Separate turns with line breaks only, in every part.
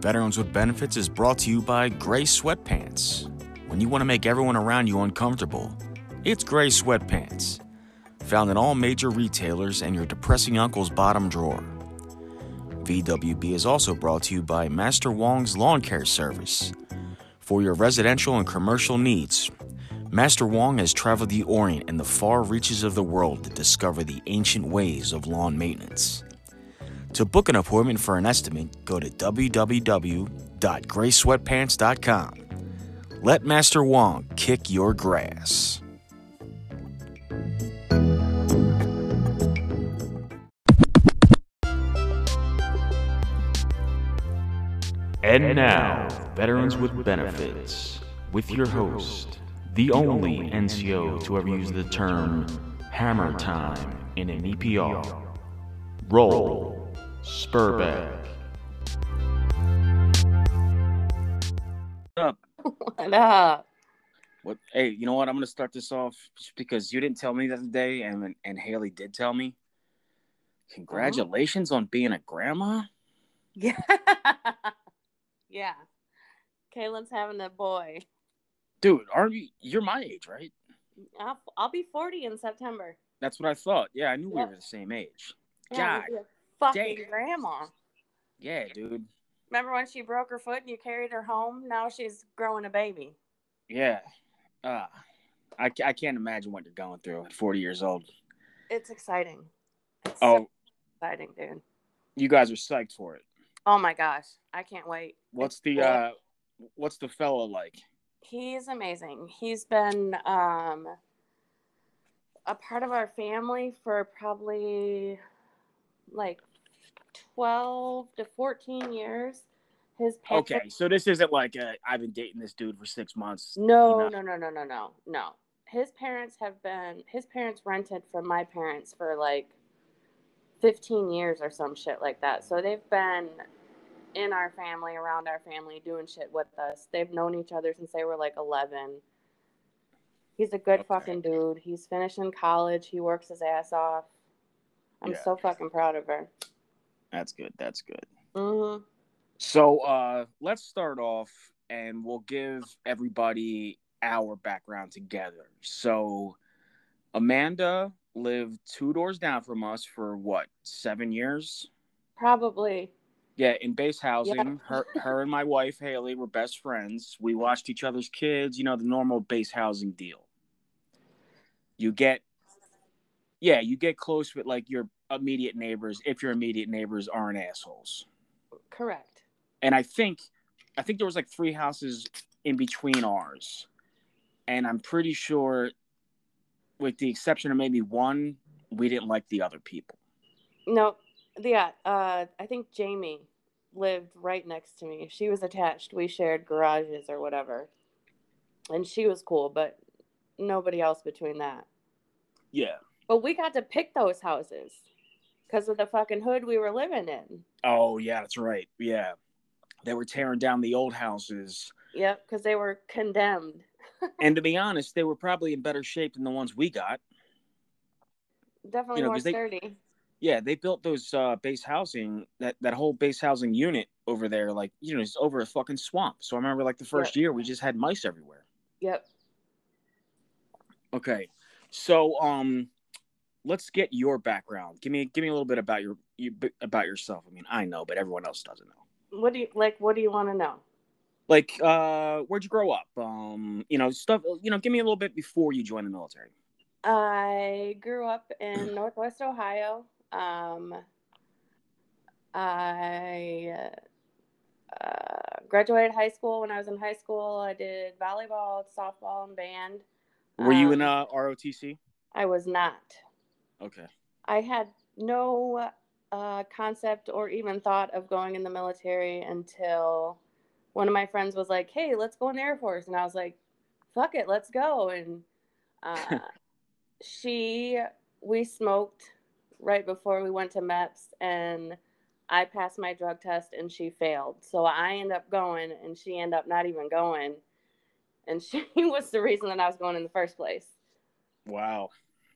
Veterans with Benefits is brought to you by Gray Sweatpants. When you want to make everyone around you uncomfortable, it's Gray Sweatpants. Found in all major retailers and your depressing uncle's bottom drawer. VWB is also brought to you by Master Wong's Lawn Care Service. For your residential and commercial needs, Master Wong has traveled the Orient and the far reaches of the world to discover the ancient ways of lawn maintenance. To book an appointment for an estimate, go to www.graysweatpants.com. Let Master Wong kick your grass. And now, Veterans with Benefits, with your host, the only NCO to ever use the term hammer time in an EPR. Roll Spurback.
up.
What up?
What? Hey, you know what? I'm gonna start this off just because you didn't tell me the other day, and and Haley did tell me. Congratulations on being a grandma.
Yeah. yeah. Kaylin's having a boy.
Dude, aren't you? You're my age, right?
I'll, I'll be 40 in September.
That's what I thought. Yeah, I knew
Yep.
we were the same age.
Yeah,
God
I'll be a fucking
dang.
grandma.
Yeah, dude.
Remember when she broke her foot and you carried her home? Now she's growing a baby.
Yeah. Uh, I ca- I can't imagine what you're going through at 40 years old.
It's exciting. It's so
Oh,
exciting, dude.
you guys are psyched for it.
Oh my gosh. I can't wait.
What's the uh, what's the fella like?
He's amazing. He's been um, a part of our family for probably like 12 to 14 years. His parents
Okay, so this isn't like i I've been dating this dude for six months.
No,
not-
no, no, no, no, no, no. His parents have been. His parents rented from my parents for like fifteen years or some shit like that. So they've been in our family, around our family, doing shit with us. They've known each other since they were like eleven. He's a good
Okay.
fucking dude. He's finishing college. He works his ass off. I'm
Yeah.
so fucking proud of her.
That's good. That's good.
hmm
Mm-hmm. So uh, let's start off and we'll give everybody our background together. So Amanda lived two doors down from us for what, seven years?
Probably.
Yeah, in base housing. Her her and my wife Haley were best friends. We watched each other's kids, you know, the normal base housing deal. You get yeah, you get close with like your immediate neighbors if your immediate neighbors aren't assholes
Correct.
and I think I think there was like three houses in between ours, and I'm pretty sure, with the exception of maybe one, we didn't like the other people.
No, yeah. Uh, I think Jamie lived right next to me. She was attached. We shared garages or whatever, and she was cool, but nobody else between that.
Yeah.
But we got to pick those houses because of the fucking hood we were living in.
Oh yeah, that's right. Yeah, they were tearing down the old houses,
Yep, because they were condemned.
and to be honest, they were probably in better shape than the ones we got.
Definitely
You know,
more
'cause they-
sturdy.
Yeah, they built those uh, base housing that that whole base housing unit over there, like you know, it's over a fucking swamp. So I remember like the first year, we just had mice everywhere.
Yep.
Okay. So um let's get your background. Give me give me a little bit about your you about yourself. I mean, I know, but everyone else doesn't know.
What do you like? What do you want to know?
Like uh where'd you grow up? Um, you know, stuff, you know, give me a little bit before you joined the military.
I grew up in Northwest Ohio. Um, I uh, graduated high school. When I was in high school, I did volleyball, softball, and band.
Were you in
Um,
uh ROTC?
I was not.
Okay.
I had no uh, concept or even thought of going in the military until one of my friends was like, "Hey, let's go in the Air Force," and I was like, "Fuck it, let's go." And uh, she, we smoked right before we went to MEPS, and I passed my drug test, and she failed. So I end up going, and she ended up not even going, and she was the reason that I was going in the first place.
Wow.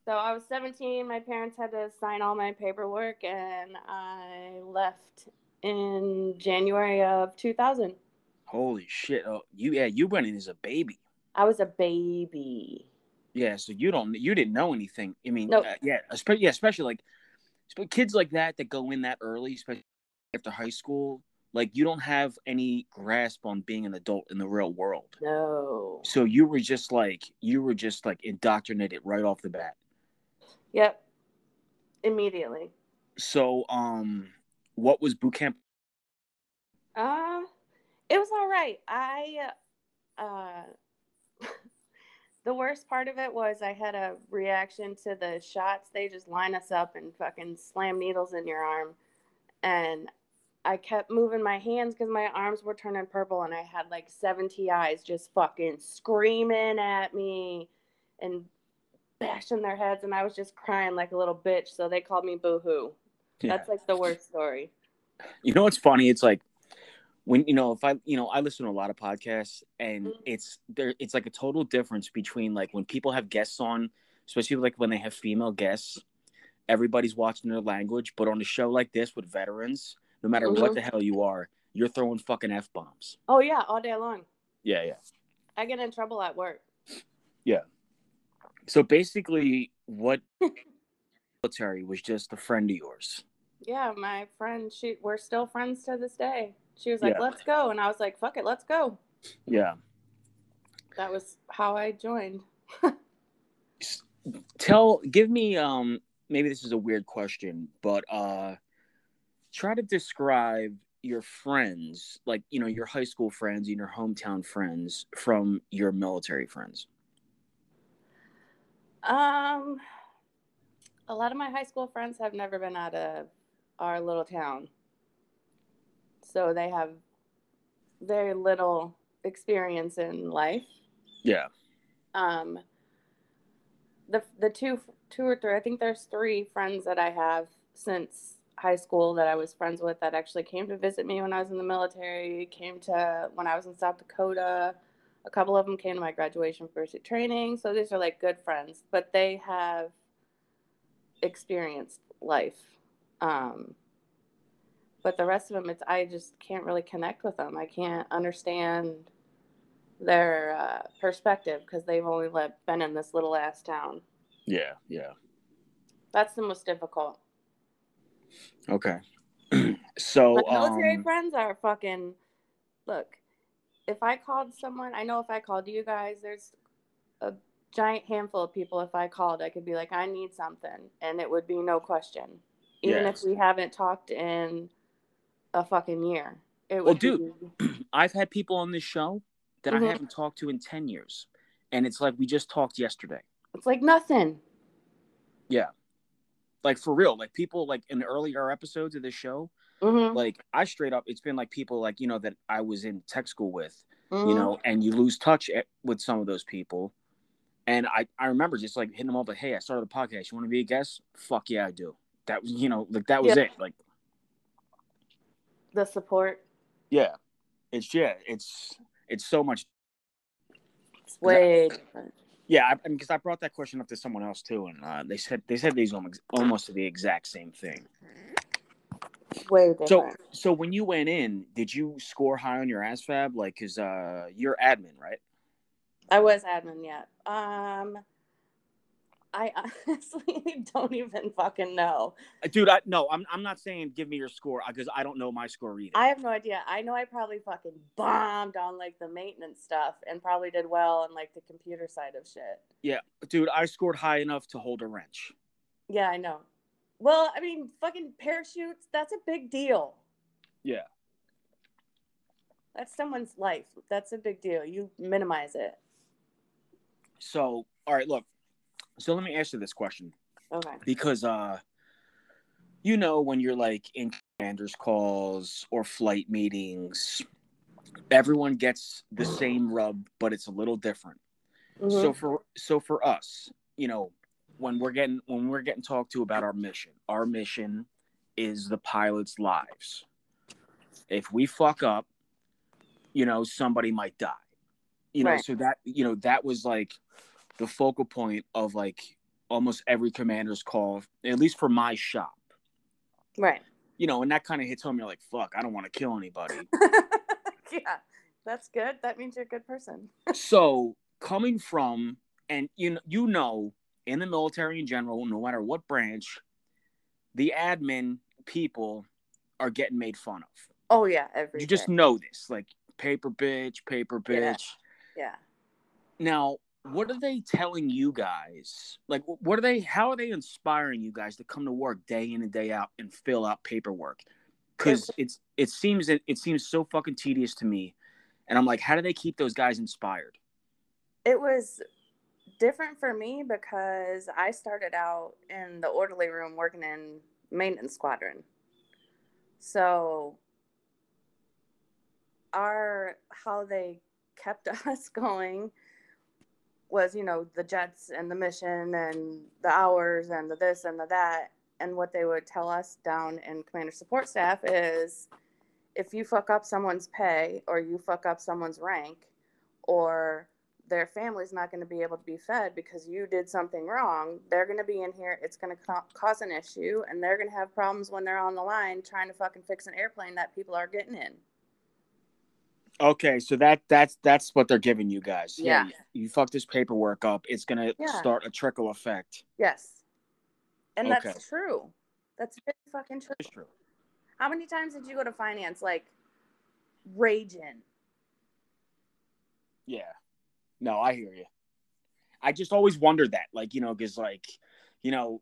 So I was 17. My parents had to sign all my paperwork, and I left in January of 2000.
Holy shit! Oh, you yeah, you went in as a baby.
I was a baby.
Yeah, so you don't you didn't know anything. I mean,
Nope.
uh, yeah, especially yeah, especially like sp- kids like that that go in that early, especially after high school. Like you don't have any grasp on being an adult in the real world.
No.
So you were just like you were just like indoctrinated right off the bat.
Yep. Immediately.
So um, what was boot camp?
Uh, it was all right. I, uh, the worst part of it was I had a reaction to the shots. They just line us up and fucking slam needles in your arm. And I kept moving my hands because my arms were turning purple and I had like seven TIs just fucking screaming at me and bashing their heads. And I was just crying like a little bitch. So they called me boo hoo.
Yeah.
That's like the worst story.
You know what's funny? It's like when you know if I you know I listen to a lot of podcasts and
Mhm.
it's there it's like a total difference between like when people have guests on, especially like when they have female guests, everybody's watching their language, but on a show like this with veterans, no matter what
Mhm.
the hell you are, you're throwing fucking F bombs.
Oh, yeah, all day long.
Yeah, yeah.
I get in trouble at work.
So basically what military was just a friend of yours.
Yeah, my friend, she we're still friends to this day. She was like,
Yeah.
"Let's go," and I was like, "Fuck it, let's go."
Yeah.
That was how I joined.
tell give me um maybe this is a weird question but uh try to describe your friends like you know your high school friends and your hometown friends from your military friends
Um, a lot of my high school friends have never been out of our little town, so they have very little experience in life.
yeah
um the the two two or three I think there's three friends that I have since high school that I was friends with that actually came to visit me when I was in the military, came to when I was in South Dakota. A couple of them came to my graduation pursuit training, so these are like good friends, but they have experienced life. Um but the rest of them it's I just can't really connect with them. I can't understand their uh, perspective because they've only lived, been in this little ass town.
yeah yeah
That's the most difficult.
okay so
But military
um,
friends are fucking. Look, if I called someone, I know if I called you guys, there's a giant handful of people. If I called, I could be like, I need something, and it would be no question, even
Yes.
if we haven't talked in a fucking year. It would
Well, dude,
be-
i've had people on this show that
Mhm.
i haven't talked to in 10 years and it's like we just talked yesterday
it's like nothing.
like for real like people like in earlier episodes of this show
Mhm,
like i straight up it's been like people like you know that i was in tech school with you
mhm.
know, and you lose touch at, with some of those people. And I, I remember just like hitting them up, like, hey, I started a podcast. You want to be a guest? Fuck yeah, I do. That was, you know, like that was
Yeah.
it. Like,
the support.
yeah, it's yeah, it's it's so much.
It's way different.
Yeah, I, I mean, because I brought that question up to someone else too, and uh, they said they said these almost almost the exact same thing.
Way different.
So, so when you went in, did you score high on your ASFAB? Like, cause uh, you're admin, right?
I was admin yet. Um, I honestly don't even fucking know.
Dude, I no, I'm I'm not saying give me your score because I don't know my score either.
I have no idea. I know I probably fucking bombed on like the maintenance stuff and probably did well on like the computer side of shit.
dude, I scored high enough to hold a wrench.
Yeah, I know. Well, I mean, fucking parachutes, that's a big deal.
Yeah.
That's someone's life. That's a big deal. You minimize it.
So, all right, look. So let me ask you this question
Okay.
because uh you know when you're like in commanders calls or flight meetings, everyone gets the same rub, but it's a little different.
Mhm.
So for so for us, you know, when we're getting when we're getting talked to about our mission, our mission is the pilots' lives. If we fuck up, you know, somebody might die. You know,
Right.
so that you know that was like the focal point of like almost every commander's call, at least for my shop.
right.
you know, and that kind of hits home. You're like, fuck, I don't want to kill anybody.
yeah, that's good. That means you're a good person.
so coming from, and you know, you know, in the military in general, no matter what branch, the admin people are getting made fun of.
Oh yeah, every
You just
day.
know this, like paper bitch, paper bitch.
Yeah. yeah.
Now, what are they telling you guys? Like, wh- what are they? How are they inspiring you guys to come to work day in and day out and fill out paperwork? Because it's it seems it, it seems so fucking tedious to me, and I'm like, how do they keep those guys inspired?
It was different for me because I started out in the orderly room working in maintenance squadron. So our how they kept us going was, you know, the jets and the mission and the hours and the this and the that. And what they would tell us down in commander support staff is if you fuck up someone's pay or you fuck up someone's rank or their family's not going to be able to be fed because you did something wrong. They're going to be in here. It's going to ca- cause an issue, and they're going to have problems when they're on the line trying to fucking fix an airplane that people are getting in.
Okay, so that that's that's what they're giving you guys.
Yeah.
you, you fuck this paperwork up, it's gonna
Yeah.
start a trickle effect.
Yes, and
Okay.
that's true. That's really fucking true.
It's true.
How many times did you go to finance like raging?
Yeah. No, I hear you. I just always wondered that, like, you know, because, like, you know,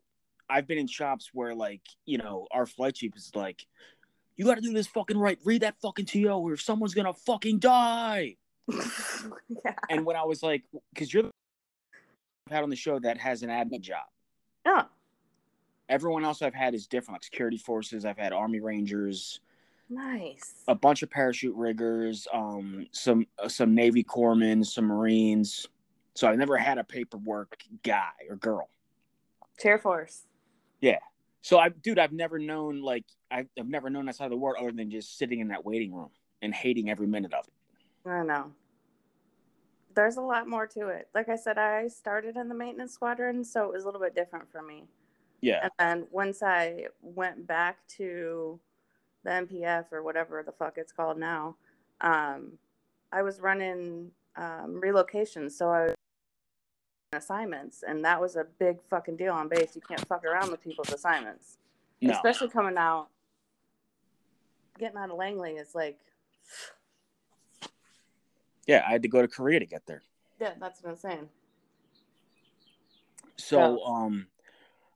I've been in shops where, like, you know, our flight chief is like, you got to do this fucking right. Read that fucking TO or someone's going to fucking die.
yeah.
And when I was like, because you're the I've had on the show that has an admin job.
Oh,
Everyone else I've had is different, like security forces. I've had Army Rangers,
nice.
a bunch of parachute riggers, um, some uh, some Navy corpsmen, some Marines. So I've never had a paperwork guy or girl.
Chair force.
So I, dude, I've never known like I've, I've never known outside of the world other than just sitting in that waiting room and hating every minute of it.
I know. There's a lot more to it. Like I said, I started in the maintenance squadron, so it was a little bit different for me.
Yeah,
And then once I went back to the MPF or whatever the fuck it's called now, um, I was running um, relocations, so I was doing assignments, and that was a big fucking deal on base. You can't fuck around with people's assignments,
no,
especially coming out, getting out of Langley is like,
yeah, I had to go to Korea to get there.
yeah, that's what I'm saying.
So, um,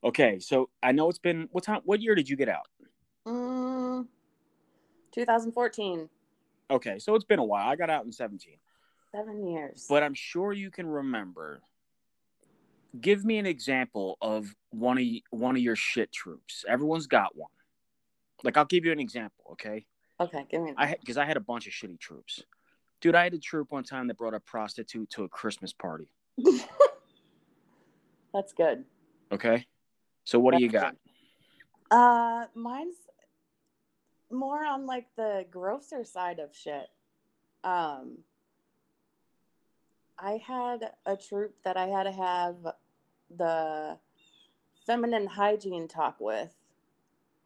okay, so I know it's been what time? What year did you get out?
Mm, 2014,
Okay, so it's been a while. I got out in seventeen,
seven years.
but I'm sure you can remember. Give me an example of one of y- one of your shit troops. Everyone's got one. Like I'll give you an example, okay?
okay, give me.
I because I had a bunch of shitty troops. Dude, I had a troop one time that brought a prostitute to a Christmas party.
that's good.
Okay, so what do you got?
Uh, mine's more on like the grosser side of shit. Um, I had a troop that I had to have the feminine hygiene talk with.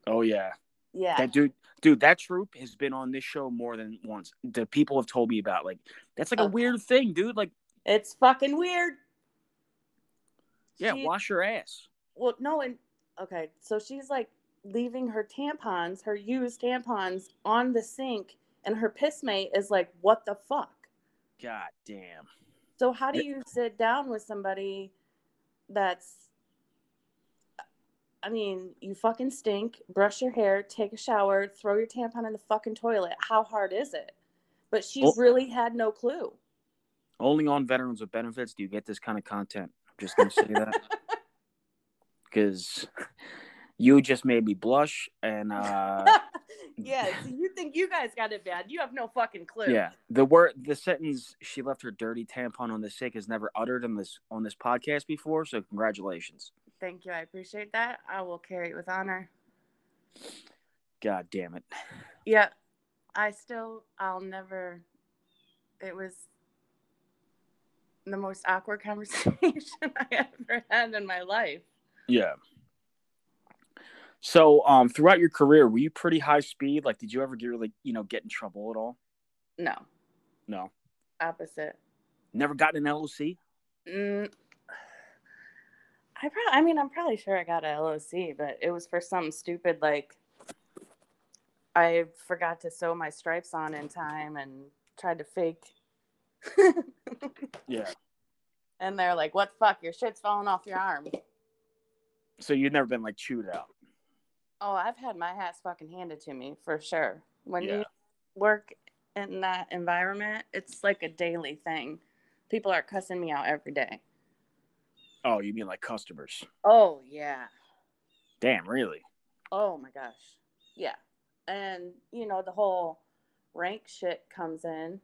Oh yeah,
Yeah,
that dude, dude, that troop has been on this show more than once. The people have told me about like that's like a
Okay.
weird thing, dude. Like
it's fucking weird.
yeah,
She-
wash your ass.
Well, no, and okay, so she's like leaving her tampons, her used tampons, on the sink, and her piss mate is like, "What the fuck."
God damn.
So how do
Th-
you sit down with somebody that's I mean, you fucking stink, brush your hair, take a shower, throw your tampon in the fucking toilet. How hard is it? But she
Oh.
really had no clue.
Only on veterans with benefits do you get this kind of content. I'm just gonna say that because you just made me blush, and uh,
yeah, so you think you guys got it bad. You have no fucking clue.
Yeah, the word, the sentence "she left her dirty tampon on the sink" is never uttered on this on this podcast before. So congratulations.
Thank you. I appreciate that. I will carry it with honor.
God damn it.
Yeah. I still I'll never it was the most awkward conversation I ever had in my life.
Yeah. So, um, throughout your career, were you pretty high speed? Like, did you ever get really, you know, get in trouble at all?
No,
No,
opposite.
never gotten an LOC.
Mm, I pro- I mean, I'm probably sure I got a LOC, but it was for something stupid like I forgot to sew my stripes on in time and tried to fake.
Yeah.
and they're like, "What the fuck? Your shit's falling off your arm."
So you've never been like chewed out.
Oh, I've had my ass fucking handed to me for sure. When
Yeah.
you work in that environment, it's like a daily thing. People are cussing me out every day.
Oh, you mean like customers?
Oh yeah.
Damn, really?
Oh my gosh. Yeah. And, you know, the whole rank shit comes in.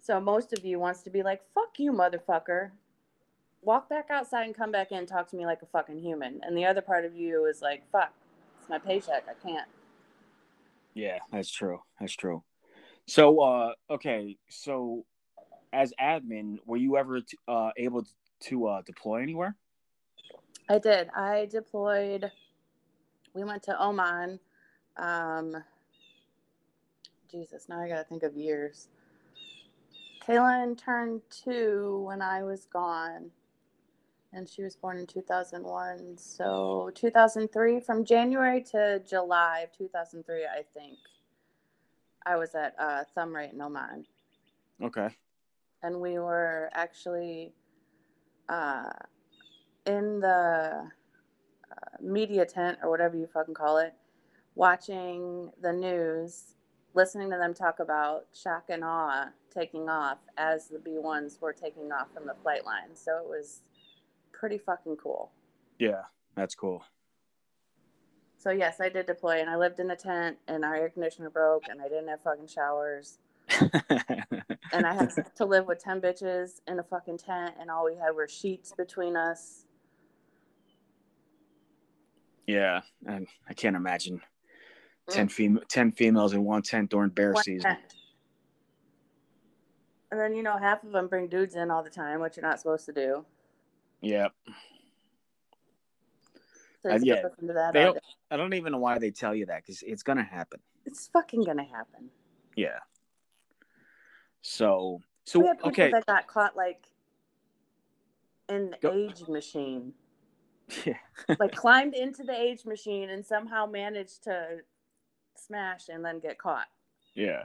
So most of you wants to be like, fuck you, motherfucker. Walk back outside and come back in and talk to me like a fucking human. And the other part of you is like, fuck, it's my paycheck. I can't.
Yeah, that's true. That's true. So, uh, okay, so as admin, were you ever t- uh, able t- to uh, deploy anywhere?
I did. I deployed. We went to Oman. Um, Jesus, now I gotta think of years. Kaylin turned two when I was gone, and she was born in 2001. So 2003, from January to July of 2003, I think I was at uh, Thumb Rate in Oman
Okay.
and we were actually uh, in the uh, media tent or whatever you fucking call it, watching the news, listening to them talk about shock and awe taking off as the B ones were taking off from the flight line. So it was pretty fucking cool.
Yeah, that's cool.
So yes, I did deploy, and I lived in a tent, and our air conditioner broke, and I didn't have fucking showers. and I had to live with ten bitches in a fucking tent, and all we had were sheets between us.
yeah, I, I can't imagine 10, fem- 10 females in one tent during bear
Mm. One
season.
tent. And then you know, half of them bring dudes in all the time, which you're not supposed to do.
Yeah.
So
Uh,
you
yeah.
listen to that.
They
all
don't-
day.
I don't even know why they tell you that because it's going to happen.
It's fucking gonna happen.
Yeah. So,
We
so,
had people
okay.
that got caught like in the
Go-
age machine,
Yeah.
like climbed into the age machine and somehow managed to smash and then get caught.
Yeah.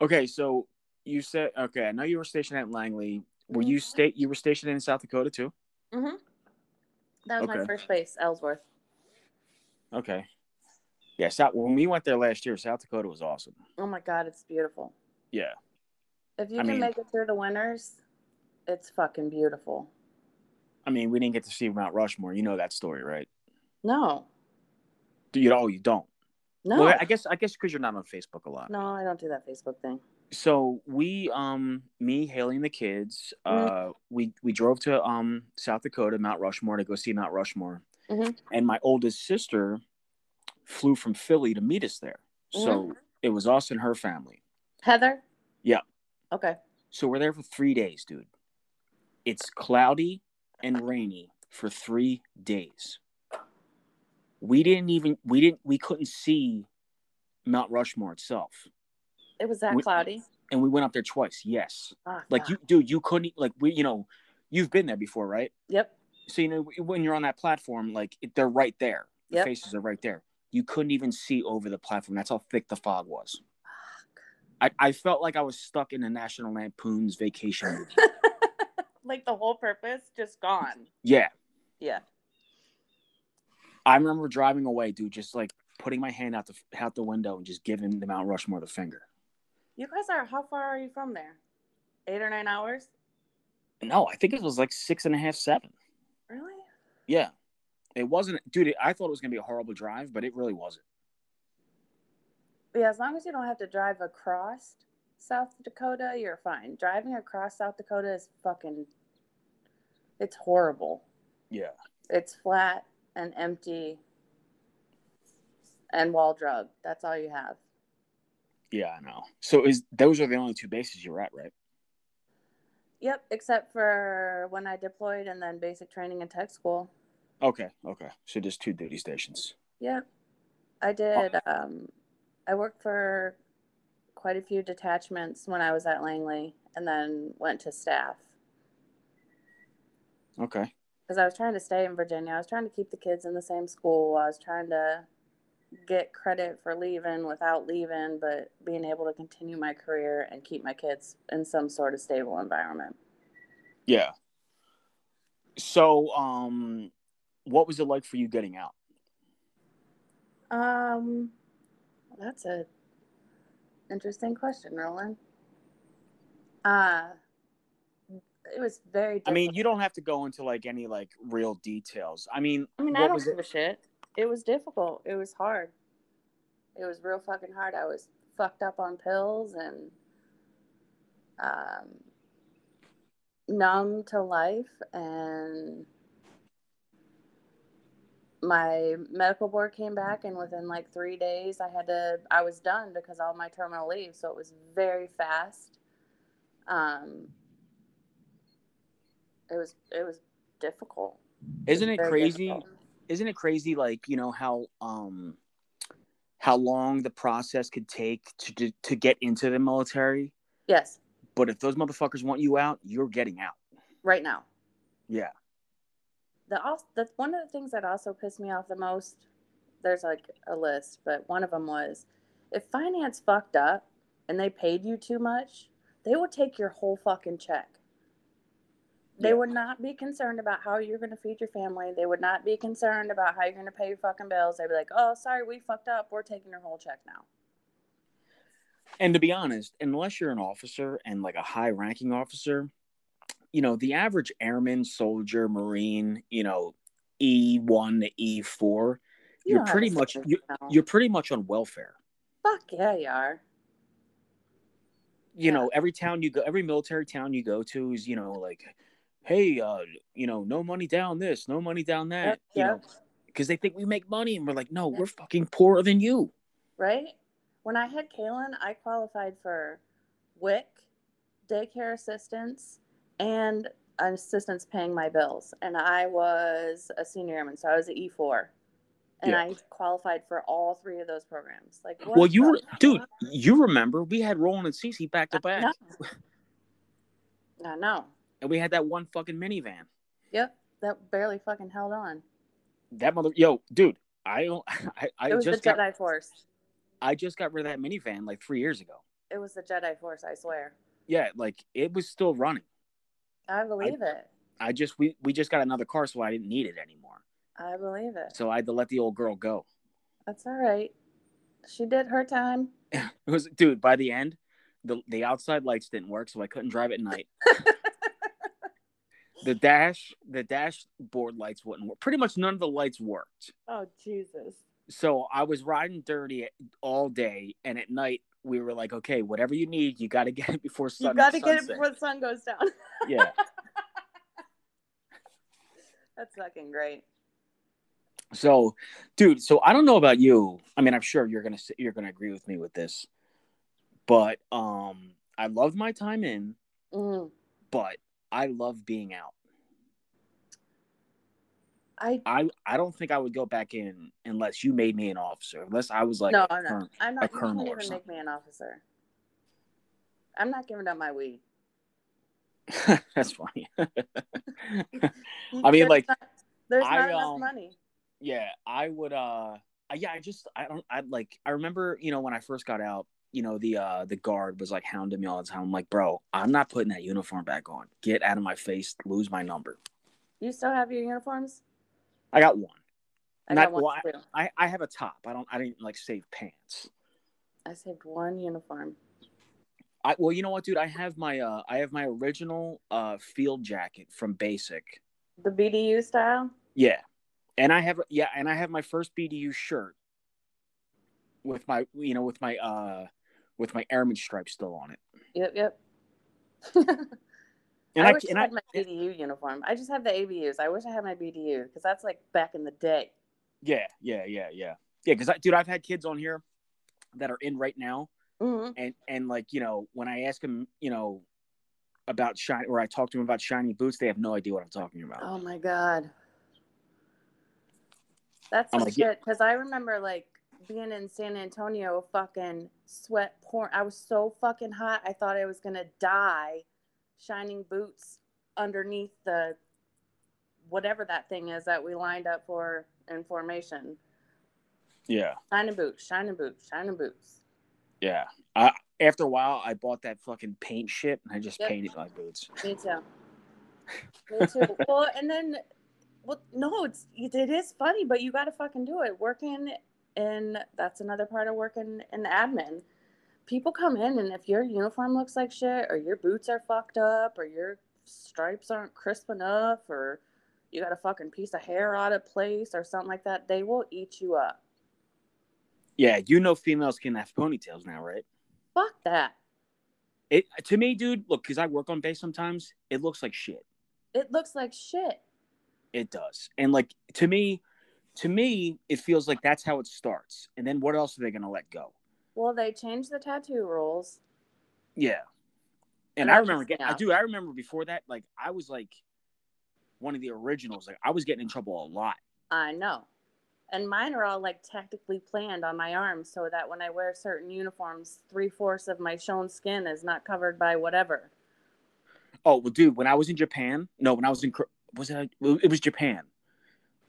Okay, so you said okay. I know you were stationed at Langley. Were you state? You were stationed in South Dakota too.
That was
Okay.
my first base, Ellsworth.
Okay. Yeah. South, when we went there last year, South Dakota was awesome.
Oh my god, it's beautiful.
Yeah.
If you
I
can
mean-
make it through the winters, it's fucking beautiful.
I mean, we didn't get to see Mount Rushmore. You know that story, right?
No,
Do You oh, you don't.
no,
Well, I guess I guess because you're not on Facebook a lot.
no. I don't do that Facebook thing.
So we, um, me, Haley, and the kids, uh, we we drove to um South Dakota, Mount Rushmore, to go see Mount Rushmore.
Mhm.
And my oldest sister flew from Philly to meet us there. So it was us and her family.
Heather.
Yeah.
Okay.
So we're there for three days, dude. It's cloudy and rainy for three days. We didn't even we didn't we couldn't see Mount Rushmore itself,
It was that
We-
cloudy.
and we went up there twice. Yes,
Ah,
like
God.
you, dude, you couldn't e, like we, you know, you've been there before, right?
Yep.
So you know when you're on that platform, like it, they're right there. The
Yep.
faces are right there. You couldn't even see over the platform. That's how thick the fog was. I, I felt like I was stuck in a National Lampoon's Vacation movie.
like the whole purpose just gone.
Yeah,
Yeah.
I remember driving away, dude, just like putting my hand out the out the window and just giving the Mount Rushmore the finger.
You guys are. How far are you from there? Eight or nine hours?
No, I think it was like six and a half, seven.
Really?
Yeah, it wasn't, dude. I thought it was gonna be a horrible drive, but it really wasn't.
Yeah. As long as you don't have to drive across South Dakota, you're fine. Driving across South Dakota is fucking. It's horrible.
Yeah,
It's flat and empty. And wall drug. That's all you have.
yeah, I know. So is those are the only two bases you're at, right?
Yep, except for when I deployed and then basic training and tech school.
Okay, okay. So just two duty stations.
Yeah. I did. Um, I worked for quite a few detachments when I was at Langley and then went to staff
Okay.
because I was trying to stay in Virginia. I was trying to keep the kids in the same school. I was trying to get credit for leaving without leaving, but being able to continue my career and keep my kids in some sort of stable environment.
Yeah. So, um, what was it like for you getting out?
Um, that's a interesting question, Roland. Uh, it was very.
I mean,
difficult.
you don't have to go into like any like real details. I mean,
I mean,
what
I don't
was it-
give a shit. It was difficult. It was hard. It was real fucking hard. I was fucked up on pills and um, numb to life. And my medical board came back, and within like three days, I had to. I was done because all my terminal leave. So it was very fast. Um, it was it was difficult.
Isn't it
Very
crazy?
difficult.
Isn't it crazy? Like you know how um how long the process could take to to, to get into the military,
Yes,
but if those motherfuckers want you out, you're getting out.
right now.
Yeah.
The also that's one of the things that also pissed me off the most. There's like a list, but one of them was if finance fucked up and they paid you too much, they will take your whole fucking check. They
Yeah.
would not be concerned about how you're going to feed your family. They would not be concerned about how you're going to pay your fucking bills. They'd be like, "Oh, sorry, we fucked up. We're taking your whole check now."
And to be honest, unless you're an officer and like a high ranking officer, you know, the average airman, soldier, marine, you know, E1 to E4,
You
You're
know how
pretty
this
much-
is now.
you're pretty much on welfare.
fuck yeah, you are.
You know, every town you go, every military town you go to is, you know, like, hey, uh, you know, no money down this, no money down that,
Yep,
you know,
yep.
because they think we make money and we're like, no,
Yeah.
we're fucking poorer than you.
right? When I had Kalen, I qualified for WIC, daycare assistance, and assistance paying my bills. And I was a senior airman, so I was an E4. And
Yeah.
I qualified for all three of those programs. Like, what
Well, you,
the
dude,
fuck?
you remember we had Roland and Cece back to back
No. No, no.
and we had that one fucking minivan.
Yep. That barely fucking held on.
that mother yo dude i don't i,
It
I
was the
just
Jedi
got
Force.
i just got rid of that minivan like three years ago
It was the Jedi Force, I swear.
yeah like it was still running
I believe it.
i just we, we just got another car so i didn't need it anymore
I believe it.
so i had to let the old girl go
That's all right. She did her time.
it was dude by the end the, the outside lights didn't work so i couldn't drive at night the dash the dashboard lights wouldn't work pretty much none of the lights worked
Oh, Jesus.
so i was riding dirty all day and at night we were like okay whatever you need you got to get it before sun
you got to get it
sunset.
before the sun goes down.
yeah
That's fucking great.
So, dude, so I don't know about you. I mean, I'm sure you're gonna s- you're gonna agree with me with this, but um, I loved my time in,
Mm.
but I love being out.
I
I I don't think I would go back in unless you made me an officer. Unless I was like,
no,
a
I'm not.
colonel.
I'm not. You can't
colonel or
even make me an officer. I'm not giving up my weed.
that's funny.
You-
I mean,
there's
like,
not- there's
I,
not enough
um,
money.
yeah, I would. Uh, I- yeah, I just I don't I like I remember you know when I first got out. You know the uh the guard was like hounding me all the time. I'm like, bro, I'm not putting that uniform back on. Get out of my face. Lose my number.
You still have your uniforms?
I got one.
I got
Not-
one
well,
too.
I, I have a top. I don't I didn't like save pants.
I saved one uniform.
I well, you know what, dude? I have my uh I have my original uh field jacket from basic.
The BDU style.
Yeah. And I have yeah, and I have my first BDU shirt with my you know, with my uh with my airman stripe still on it.
Yep, yep.
And
I,
I,
wish
and
I
I,
had my BDU uniform. I just have the ABUs. I wish I had my BDU because that's like back in the day.
yeah, yeah, yeah, yeah. Yeah, cuz I dude, I've had kids on here that are in right now
hmm
and and like, you know, when I ask them, you know,
Um,
about shine or I talk to them about shiny boots, they have no idea what I'm talking about.
Oh my god. That's
I'm
some
like, yeah.
shit. Because I remember like being in San Antonio, fucking sweat pouring. I was so fucking hot. I thought I was gonna die. Shining boots underneath the whatever that thing is that we lined up for in formation.
Yeah,
Shining boots, shining boots, shining boots.
yeah. I, after a while, I bought that fucking paint shit and I just
Yep.
painted my boots.
Me too. Me too. well, and then, well, no, it's it is funny, but you got to fucking do it. Working in that's another part of working in admin. People come in, and if your uniform looks like shit, or your boots are fucked up, or your stripes aren't crisp enough, or you got a fucking piece of hair out of place, or something like that, they will eat you up.
Yeah, you know, females can have ponytails now, right?
Fuck that.
It to me, dude. Look, because I work on base sometimes, it looks like shit.
It looks like shit.
It does. And like to me, to me, it feels like that's how it starts. And then what else are they gonna let go?
Well, they changed the tattoo rules.
Yeah. And
And
I
I
remember
just-
getting I
yeah.
do I remember before that, like I was like one of the originals. Like I was getting in trouble a lot.
I know. And mine are all like tactically planned on my arms so that when I wear certain uniforms, three fourths of my shown skin is not covered by whatever.
Oh well dude, when I was in Japan, no, when I was in Cor- was it it was Japan.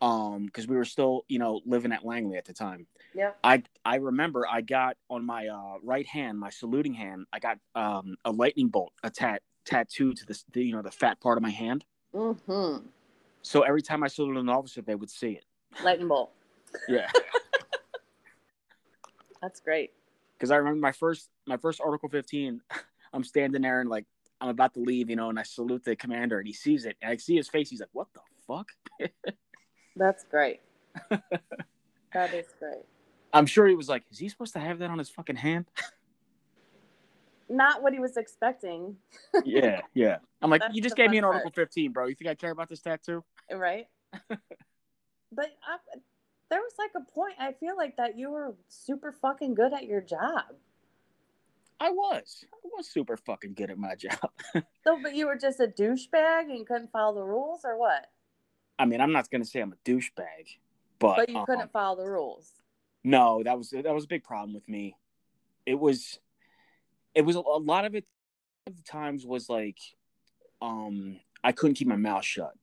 Um, because we were still, you know, living at Langley at the time.
Yep.
I I remember I got on my uh, right hand, my saluting hand, I got um, a lightning bolt, a tat tattoo to this, the, you know, the fat part of my hand.
Mm-hmm.
So every time I saluted an officer, they would see it.
Lightning bolt.
Yeah,
That's great.
because I remember my first my first Article 15. I'm standing there and like I'm about to leave, you know, and I salute the commander, and he sees it, and I see his face. He's like, "What the fuck?"
That's great. that is great.
I'm sure he was like, "Is he supposed to have that on his fucking hand?"
Not what he was expecting,
yeah, yeah. I'm like,
That's
"You just
the
gave me an
fun part.
Article 15, bro. You think I care about this tattoo?"
right? but I, there was like a point, I feel like that you were super fucking good at your job.
I was. I was super fucking good at my job.
So, but you were just a douchebag and couldn't follow the rules or what?
I mean, I'm not gonna say I'm a douchebag, but
But you
um,
couldn't follow the rules.
No, that was that was a big problem with me. It was, it was a, a lot of it. Of the times was like, um, I couldn't keep my mouth shut.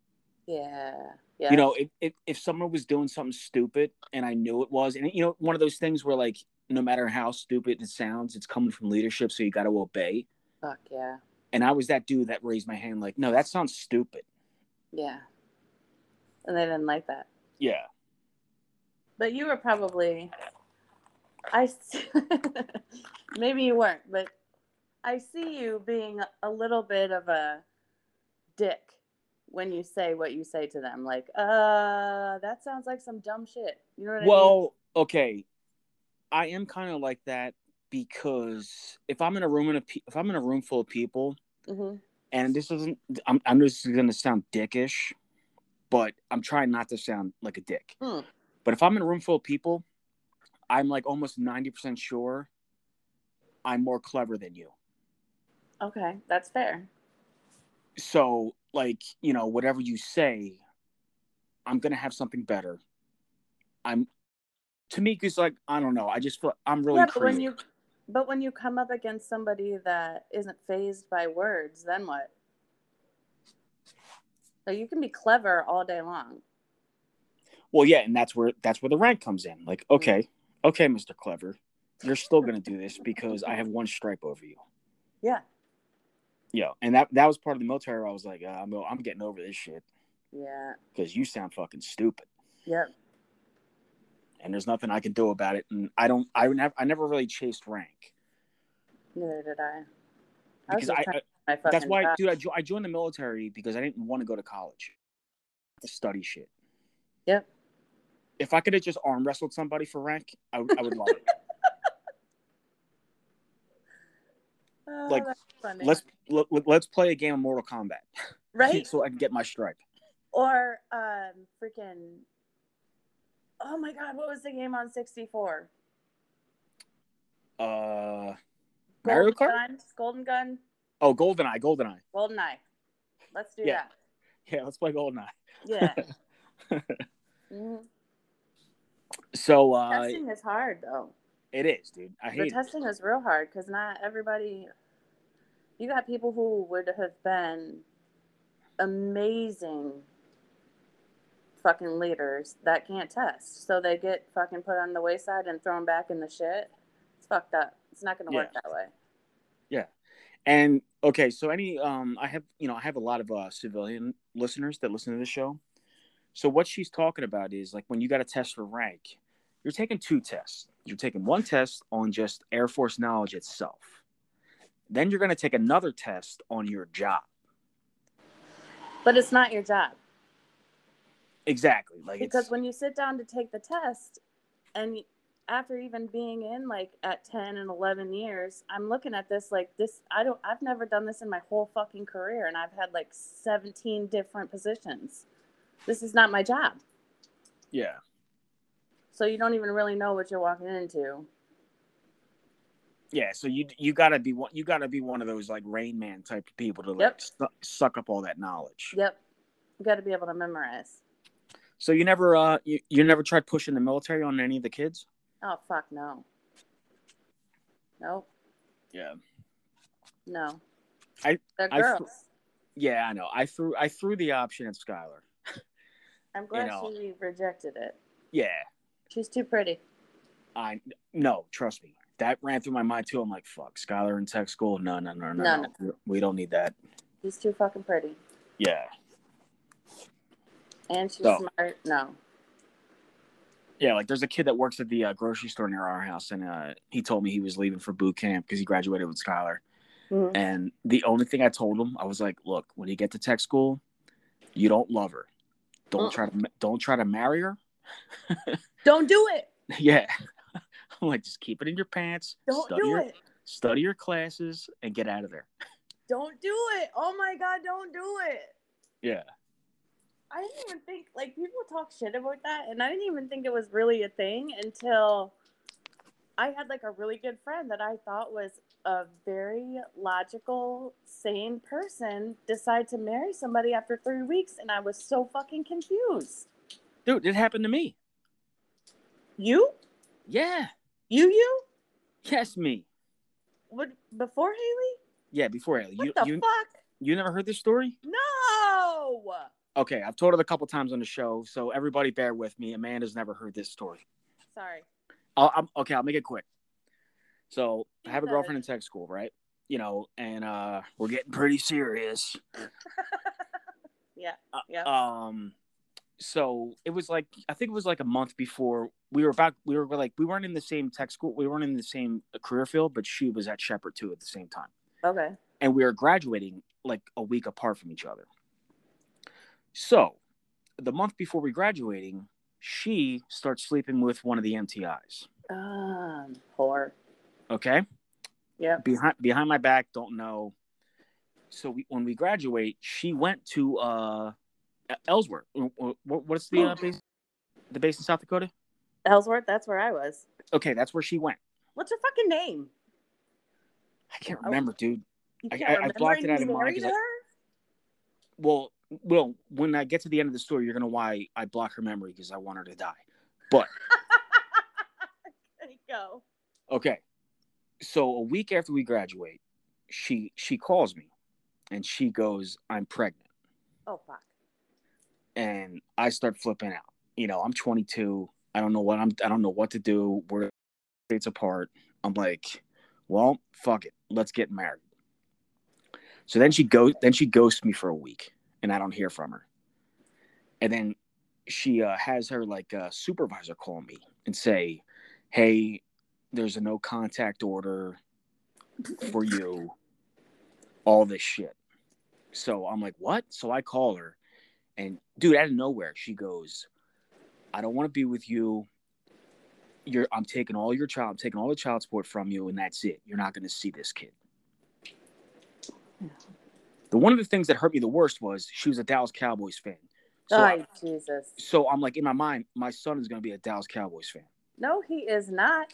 Yeah. Yeah.
You know, if, if if someone was doing something stupid and I knew it was, and you know, one of those things where like, no matter how stupid it sounds, it's coming from leadership, so you got to obey.
Fuck yeah.
And I was that dude that raised my hand, like, no, that sounds stupid.
Yeah. And they didn't like that.
Yeah,
But you were probably, I, s- maybe you weren't, but I see you being a little bit of a dick when you say what you say to them. Like, uh, that sounds like some dumb shit. You know what I mean?
Well, okay, I am kind of like that because if I'm in a room in a pe- if I'm in a room full of people
Well,
and this isn't I'm, I'm just gonna sound dickish but i'm trying not to sound like a dick
Hmm.
but if i'm in a room full of people i'm like almost 90% sure i'm more clever than you
okay, that's fair.
so like you know whatever you say i'm gonna have something better i'm to me because like i don't know i just feel i'm really
yeah, but when
creative.
you, but when you come up against somebody that isn't phased by words, then what? So you can be clever all day long.
well yeah and that's where that's where the rank comes in like okay okay mr clever you're still gonna do this because i have one stripe over you
Yeah.
Yeah, and that that was part of the military. Where I was like, uh, I'm I'm getting over this shit
Yeah.
because you sound fucking stupid,
Yep.
and there's nothing I can do about it. And I don't, I never, I never really chased rank
Neither did I. I was
because
just
I,
trying
I
my
that's
fucking
why,
job.
dude, I, jo- I joined the military because I didn't want to go to college to study shit.
Yep.
If I could have just arm wrestled somebody for rank, I, would- I would love it.
Oh,
like,
that's funny.
Let's let, let's play a game of Mortal Kombat,
right
so I can get my stripe.
or um freaking. Oh my God! What was the game on sixty four?
Uh, Mario Kart.
Gun, Golden Gun,
Oh, Goldeneye, Goldeneye.
Golden Eye. Let's do
Yeah. Yeah, let's play Goldeneye.
that. Yeah. Mhm.
So uh,
testing is hard though.
it is, dude. I
The
hate it.
testing is real hard because not everybody. You got people who would have been amazing fucking leaders that can't test, so they get fucking put on the wayside and thrown back in the shit. It's fucked up. It's not gonna work that way.
And okay, so any um I have you know, I have a lot of uh civilian listeners that listen to the show. So what she's talking about is like when you got a test for rank, you're taking two tests. You're taking one test on just Air Force knowledge itself. Then you're going to take another test on your job.
But it's not your job.
Exactly. Like it's,
because when you sit down to take the test and y- after even being in like at 10 and 11 years i'm looking at this like this i don't i've never done this in my whole fucking career and i've had like 17 different positions this is not my job
yeah.
so you don't even really know what you're walking into
Yeah, so you you got to be one you got to be one of those like Rain Man type of people to like
Yep.
su- suck up all that knowledge.
yep you got to be able to memorize
So you never uh you, you never tried pushing the military on any of the kids?
oh fuck no nope
Yeah.
no
I-
they're
I fr-
girls
Yeah, I know. I threw I threw the option at Skylar.
i'm glad
know.
she rejected it
Yeah,
she's too pretty
I no, trust me. That ran through my mind too. I'm like, fuck, Skylar in tech school. No, no, no, no,
No,
no. We don't need that.
she's too fucking pretty
Yeah,
And she's
So-
smart. No.
yeah. Like, there's a kid that works at the uh, grocery store near our house, and uh, he told me he was leaving for boot camp because he graduated with Skylar. And the only thing I told him, I was like, look, when you get to tech school, you don't love her. Don't
Uh-uh.
try to ma- don't try to marry her.
Don't do it.
yeah, I'm like, just keep it in your pants.
Don't
study
do
your,
it.
Study your classes and get out of there.
Don't do it. Oh my God, don't do it.
Yeah.
I didn't even think, like, people talk shit about that. And I didn't even think it was really a thing until I had, like, a really good friend that I thought was a very logical, sane person decide to marry somebody after three weeks. And I was so fucking confused.
Dude, it happened to me.
You?
Yeah.
You, you?
Yes, me.
What, before Haley?
Yeah, before Haley.
What
You,
the
you,
fuck?
you never heard this story?
No!
Okay, I've told it a couple times on the show, so everybody bear with me. Amanda's never heard this story.
Sorry.
I'll, I'm, okay, I'll make it quick. So I have a
Jesus.
girlfriend in tech school, right? You know, and uh, we're getting pretty serious.
Yeah. Yeah.
Um, so it was like I think it was like a month before we were back. We were like we weren't in the same tech school. We weren't in the same career field, but she was at Shepherd too at the same time.
okay.
and we were graduating like a week apart from each other. So, the month before we graduating, she starts sleeping with one of the MTIs.
Um, whore.
Okay,
Yep.
behind behind my back, don't know. So we, when we graduate, she went to uh, Ellsworth. What, what's the uh, base? The base in South Dakota.
Ellsworth, that's where I was.
Okay, that's where she went.
What's her fucking name?
I can't remember, dude.
You
I-
can't
I- I
remember
blocked it
and
out
you
of mine
married
'cause I-
her?
well, well, when I get to the end of the story, you're gonna why I block her memory because I want her to die. But
There you go.
okay, so a week after we graduate, she she calls me, and she goes, "I'm pregnant,"
Oh fuck.
and I start flipping out. You know, I'm 22. I don't know what I'm. I don't know what to do. We're states apart. I'm like, well, fuck it, let's get married. So then she goes. Then she ghosts me for a week, and I don't hear from her. And then she uh, has her like uh, supervisor call me and say, "Hey, there's a no contact order for you." All this shit. So I'm like, "What?" So I call her, and dude, out of nowhere, she goes, "I don't want to be with you you're I'm taking all your child, I'm taking all the child support from you, and that's it. You're not going to see this kid. The one of the things that hurt me the worst was she was a Dallas Cowboys fan. So,
oh Jesus.
so I'm like in my mind, my son is going to be a Dallas Cowboys fan.
No, he is not.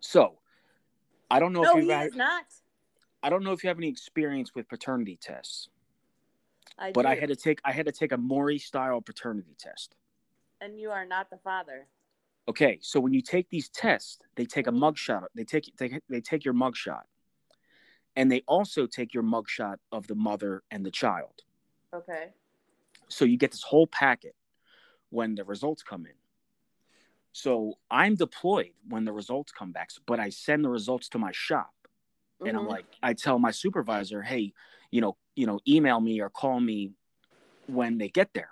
So I don't know
No,
if
he
you have,
is not.
I don't know if you have any experience with paternity tests,
I
but
do.
I had to take I had to take a Maury style paternity test.
and you are not the father.
Okay, so when you take these tests, they take
Mm-hmm.
a mugshot. They take they, they take your mugshot, and they also take your mugshot of the mother and the child.
Okay.
So you get this whole packet when the results come in. So I'm deployed when the results come back, but I send the results to my shop, and I'm
Mhm.
like, I tell my supervisor, hey, you know, you know, email me or call me when they get there.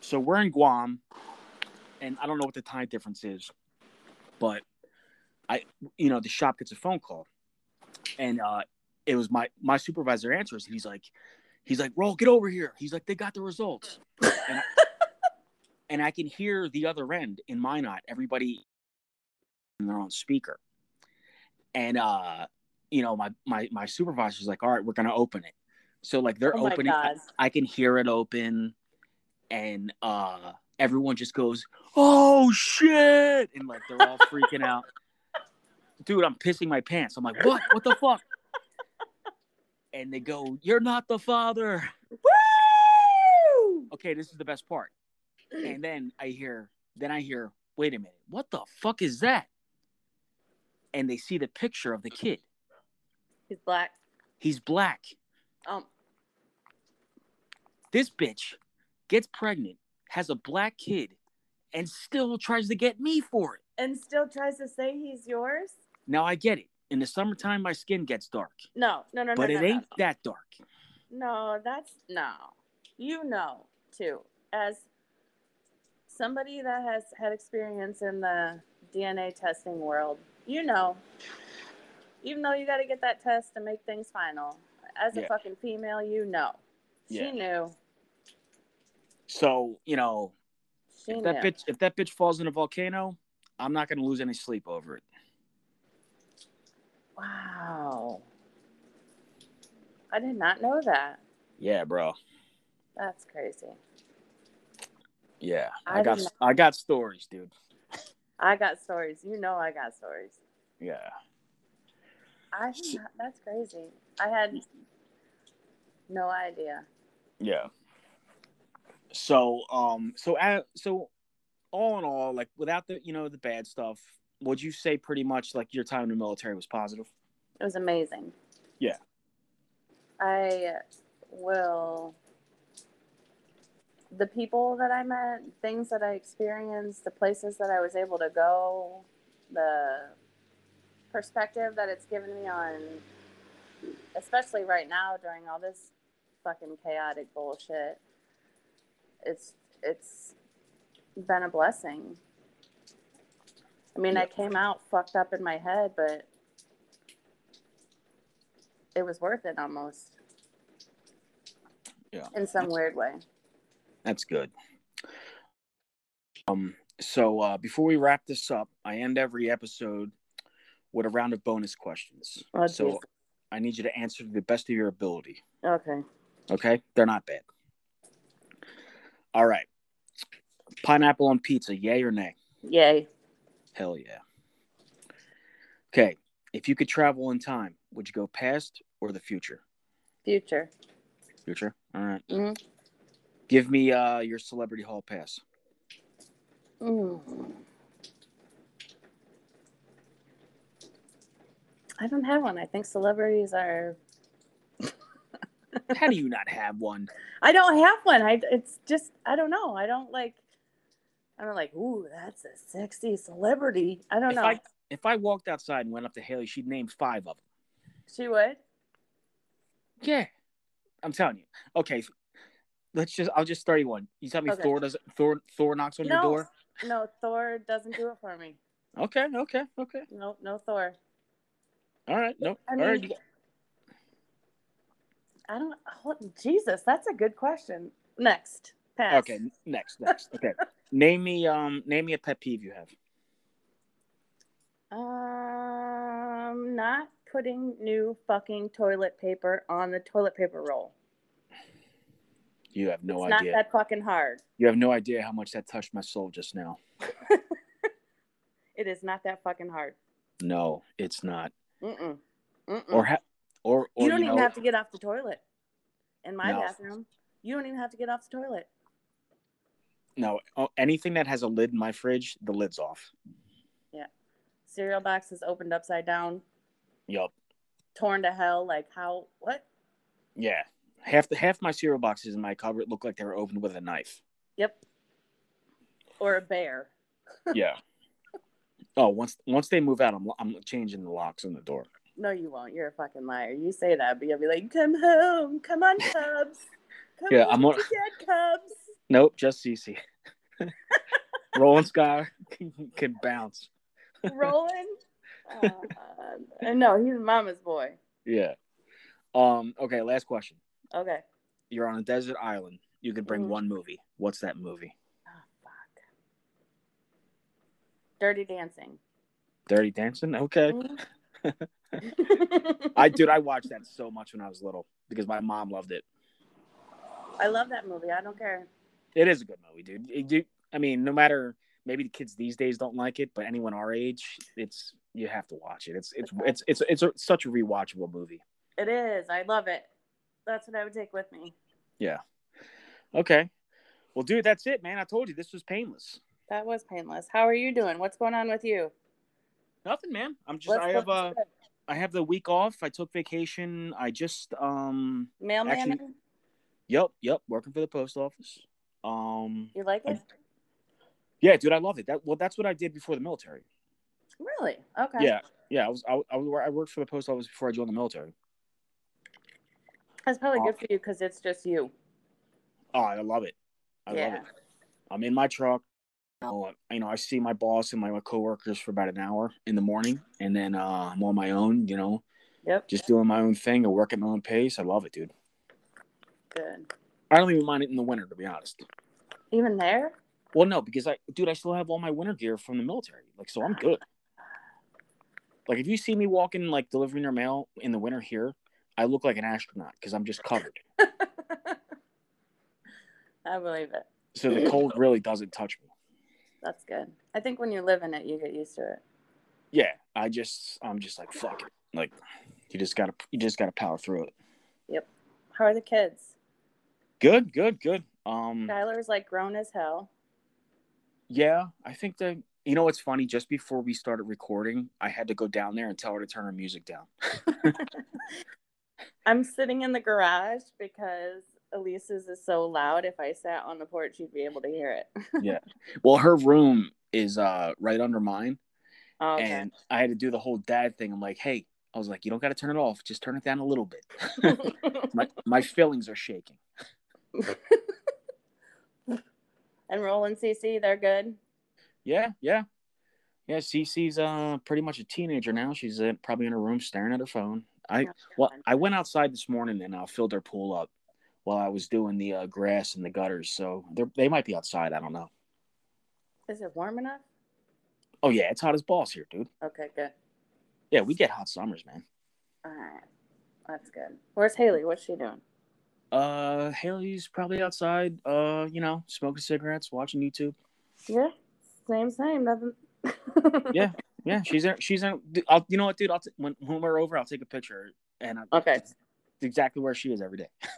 So we're in Guam, and I don't know what the time difference is, but I, you know, the shop gets a phone call, and uh, it was my my supervisor answers, and he's like, he's like, roll, get over here. He's like, they got the results, and I, and I can hear the other end in Minot, everybody in their own speaker, and uh, you know, my my my supervisor's like, all right, we're gonna open it. So like they're
Oh my
opening.
God.
I can hear it open, and uh, everyone just goes, "Oh shit!" and like they're all freaking out. Dude, I'm pissing my pants. I'm like, "What? What the fuck?" And they go, "You're not the father."
Woo!
Okay, this is the best part. And then I hear, then I hear, "Wait a minute, what the fuck is that?" And they see the picture of the kid.
He's black.
He's black.
Um.
This bitch gets pregnant, has a black kid, and still tries to get me for it.
And still tries to say he's yours?
Now I get it. In the summertime, my skin gets dark,
No, no, no, no.
but
no,
it
no,
ain't
no.
that dark.
No, that's no. You know, too, as somebody that has had experience in the DNA testing world, you know, even though you got to get that test to make things final, as a
Yeah.
fucking female, you know.
Yeah.
She knew.
So you know,
She
if
knew.
that bitch, if that bitch falls in a volcano, I'm not gonna lose any sleep over it.
Wow. I did not know that.
Yeah, bro.
That's crazy.
Yeah,
I
I, got,
didn't-
I got stories, dude.
I got stories. You know, I got stories.
Yeah.
I did not, that's crazy. I had no idea.
Yeah. So um so a so all in all like without the you know the bad stuff would you say pretty much like your time in the military was positive?
It was amazing.
Yeah.
I will. The people that I met, things that I experienced, the places that I was able to go, the perspective that it's given me on, especially right now during all this fucking chaotic bullshit, it's it's been a blessing. I mean, I came out fucked up in my head, but it was worth it almost.
Yeah.
In some weird way.
That's good. Um, so uh, before we wrap this up, I end every episode with a round of bonus questions.
Oh,
so
Jesus.
I need you to answer to the best of your ability.
Okay.
Okay, they're not bad. All right, pineapple on pizza, yay or nay?
Yay.
Hell yeah. Okay, if you could travel in time, would you go past or the future?
Future.
Future. All right.
Mhm.
Give me uh, your celebrity hall pass.
Mm. I don't have one. I think celebrities are.
How do you not have one?
I don't have one. I. It's just. I don't know. I don't like. I don't like. Ooh, that's a sexy celebrity. I don't
if
know.
I if I walked outside and went up to Haley, she'd name five of them.
She would.
Yeah, I'm telling you. Okay, let's just. I'll just start you one. You tell me
Okay.
Thor does Thor Thor knocks on
no.
your door.
No, Thor doesn't do it for me.
Okay, okay, okay.
Nope. No Thor.
All right, nope.
I
All right,
mean-
you-
I don't. Oh, Jesus, that's a good question. Next. Pass.
okay. Next, next. Okay, name me um name me a pet peeve you have.
Um, not putting new fucking toilet paper on the toilet paper roll.
You have no
it's
idea.
not that fucking hard.
you have no idea how much that touched my soul just now.
It is not that fucking hard.
No, it's not.
Mm-mm. Mm-mm.
Or ha- or or
Mm. you don't even
know-
have to get off the toilet. In my
No.
bathroom, you don't even have to get off the toilet.
No, oh, anything that has a lid in my fridge, the lid's off.
Cereal boxes opened upside down,
Yup.
torn to hell. Like how? What?
Yeah. Half the half my cereal boxes in my cupboard look like they were opened with a knife.
Yep. Or a bear.
Yeah. oh, once once they move out, I'm I'm changing the locks on the door.
No, you won't. You're a fucking liar. You say that, but you'll be like, "Come home, come on, Cubs, come
Yeah,
home
I'm on-
to Dad, Cubs."
Nope, just Cece. Rolling Sky can bounce.
Roland. Uh, uh, no, he's mama's boy.
Yeah. Um. Okay. Last question.
Okay.
You're on a desert island. You could bring
Mhm.
one movie. What's that movie?
Oh, fuck. Dirty Dancing.
Dirty Dancing. Okay.
Mm.
I dude, I watched that so much when I was little because my mom loved it.
I love that movie. I don't care.
It is a good movie, dude. It- you- I mean, no matter maybe the kids these days don't like it, but anyone our age, it's you have to watch it. It's it's it's it's it's, a, such a rewatchable movie.
It is. I love it. That's what I would take with me.
Okay. Well, dude, that's it, man. I told you this was painless.
That was painless. How are you doing? What's going on with you?
Nothing, man. I'm just
Let's
I
flip
have uh
the script.
I have the week off. I took vacation. I just um
mailman.
actually- yep, yep, working for the post office. Um
you like it?
yeah, dude, I love it. That well that's what I did before the military.
Really? Okay.
Yeah. Yeah, I was I, I was I worked for the post office before I joined the military.
That's probably good for you because it's just you.
Oh, I love it. I love
Yeah.
it. I'm in my truck. Oh, You know, I see my boss and my, my coworkers for about an hour in the morning, and then uh, I'm on my own. You know,
Yep.
just doing my own thing. I work at my own pace. I love it, dude.
Good.
I don't even mind it in the winter, to be honest.
Even there?
Well, no, because I, dude, I still have all my winter gear from the military. Like, so I'm good. Like, if you see me walking, like delivering their mail in the winter here, I look like an astronaut because I'm just covered.
I believe it.
So the cold really doesn't touch me.
That's good. I think when you live in it, you get used to it.
yeah i just i'm just like fuck it like you just gotta you just gotta power through it
How are the kids?
good good good um
Tyler's like grown as hell.
yeah i think that you know what's funny just before we started recording i had to go down there and tell her to turn her music down
I'm sitting in the garage because Elise's is so loud. If I sat on the porch, you'd be able to hear it.
well her room is uh right under mine
Oh, okay.
and i had to do the whole dad thing i'm like hey i was like you don't gotta turn it off just turn it down a little bit my my feelings are shaking
and Roland CC, they're good.
yeah yeah yeah cece's uh pretty much a teenager now she's uh, probably in her room staring at her phone i Well, I went outside this morning and I filled their pool up while I was doing the uh, grass and the gutters. So they're, they might be outside. I don't know.
is it warm enough?
Oh, yeah. It's hot as balls here, dude.
Okay, good.
Yeah, we get hot summers, man.
All right, that's good. Where's Haley? What's she doing?
Uh, Haley's probably outside, uh, you know, smoking cigarettes, watching YouTube.
Yeah, same, same. Nothing.
Yeah. Yeah, she's in. She's in. I'll, you know what, dude? I'll t- when, when we're over, I'll take a picture, and I,
Okay.
it's exactly where she is every day.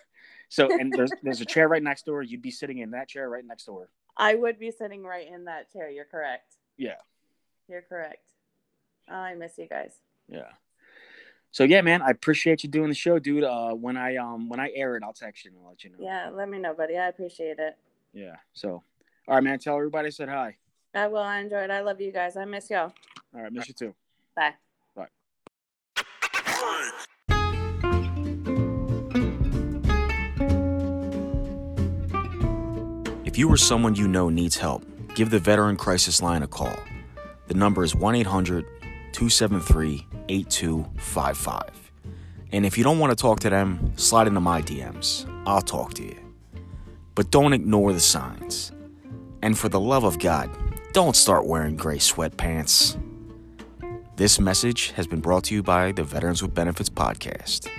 so, and there's there's a chair right next to her. You'd be sitting in that chair right next to her.
I would be sitting right in that chair. You're correct.
Yeah.
You're correct. Oh, I miss you guys.
Yeah. So yeah, man, I appreciate you doing the show, dude. Uh, when I um when I air it, I'll text you and let you know.
Yeah, let me know, buddy. I appreciate it.
Yeah. So, all right, man. Tell everybody I said hi.
I will. Uh, I enjoyed. I love you guys. I miss y'all.
All right, miss you too.
Bye.
If you or someone you know needs help, give the Veteran Crisis Line a call. The number is 1 800 273 8255. And if you don't want to talk to them, slide into my DMs. I'll talk to you. But don't ignore the signs. And for the love of God, don't start wearing gray sweatpants. This message has been brought to you by the Veterans with Benefits Podcast.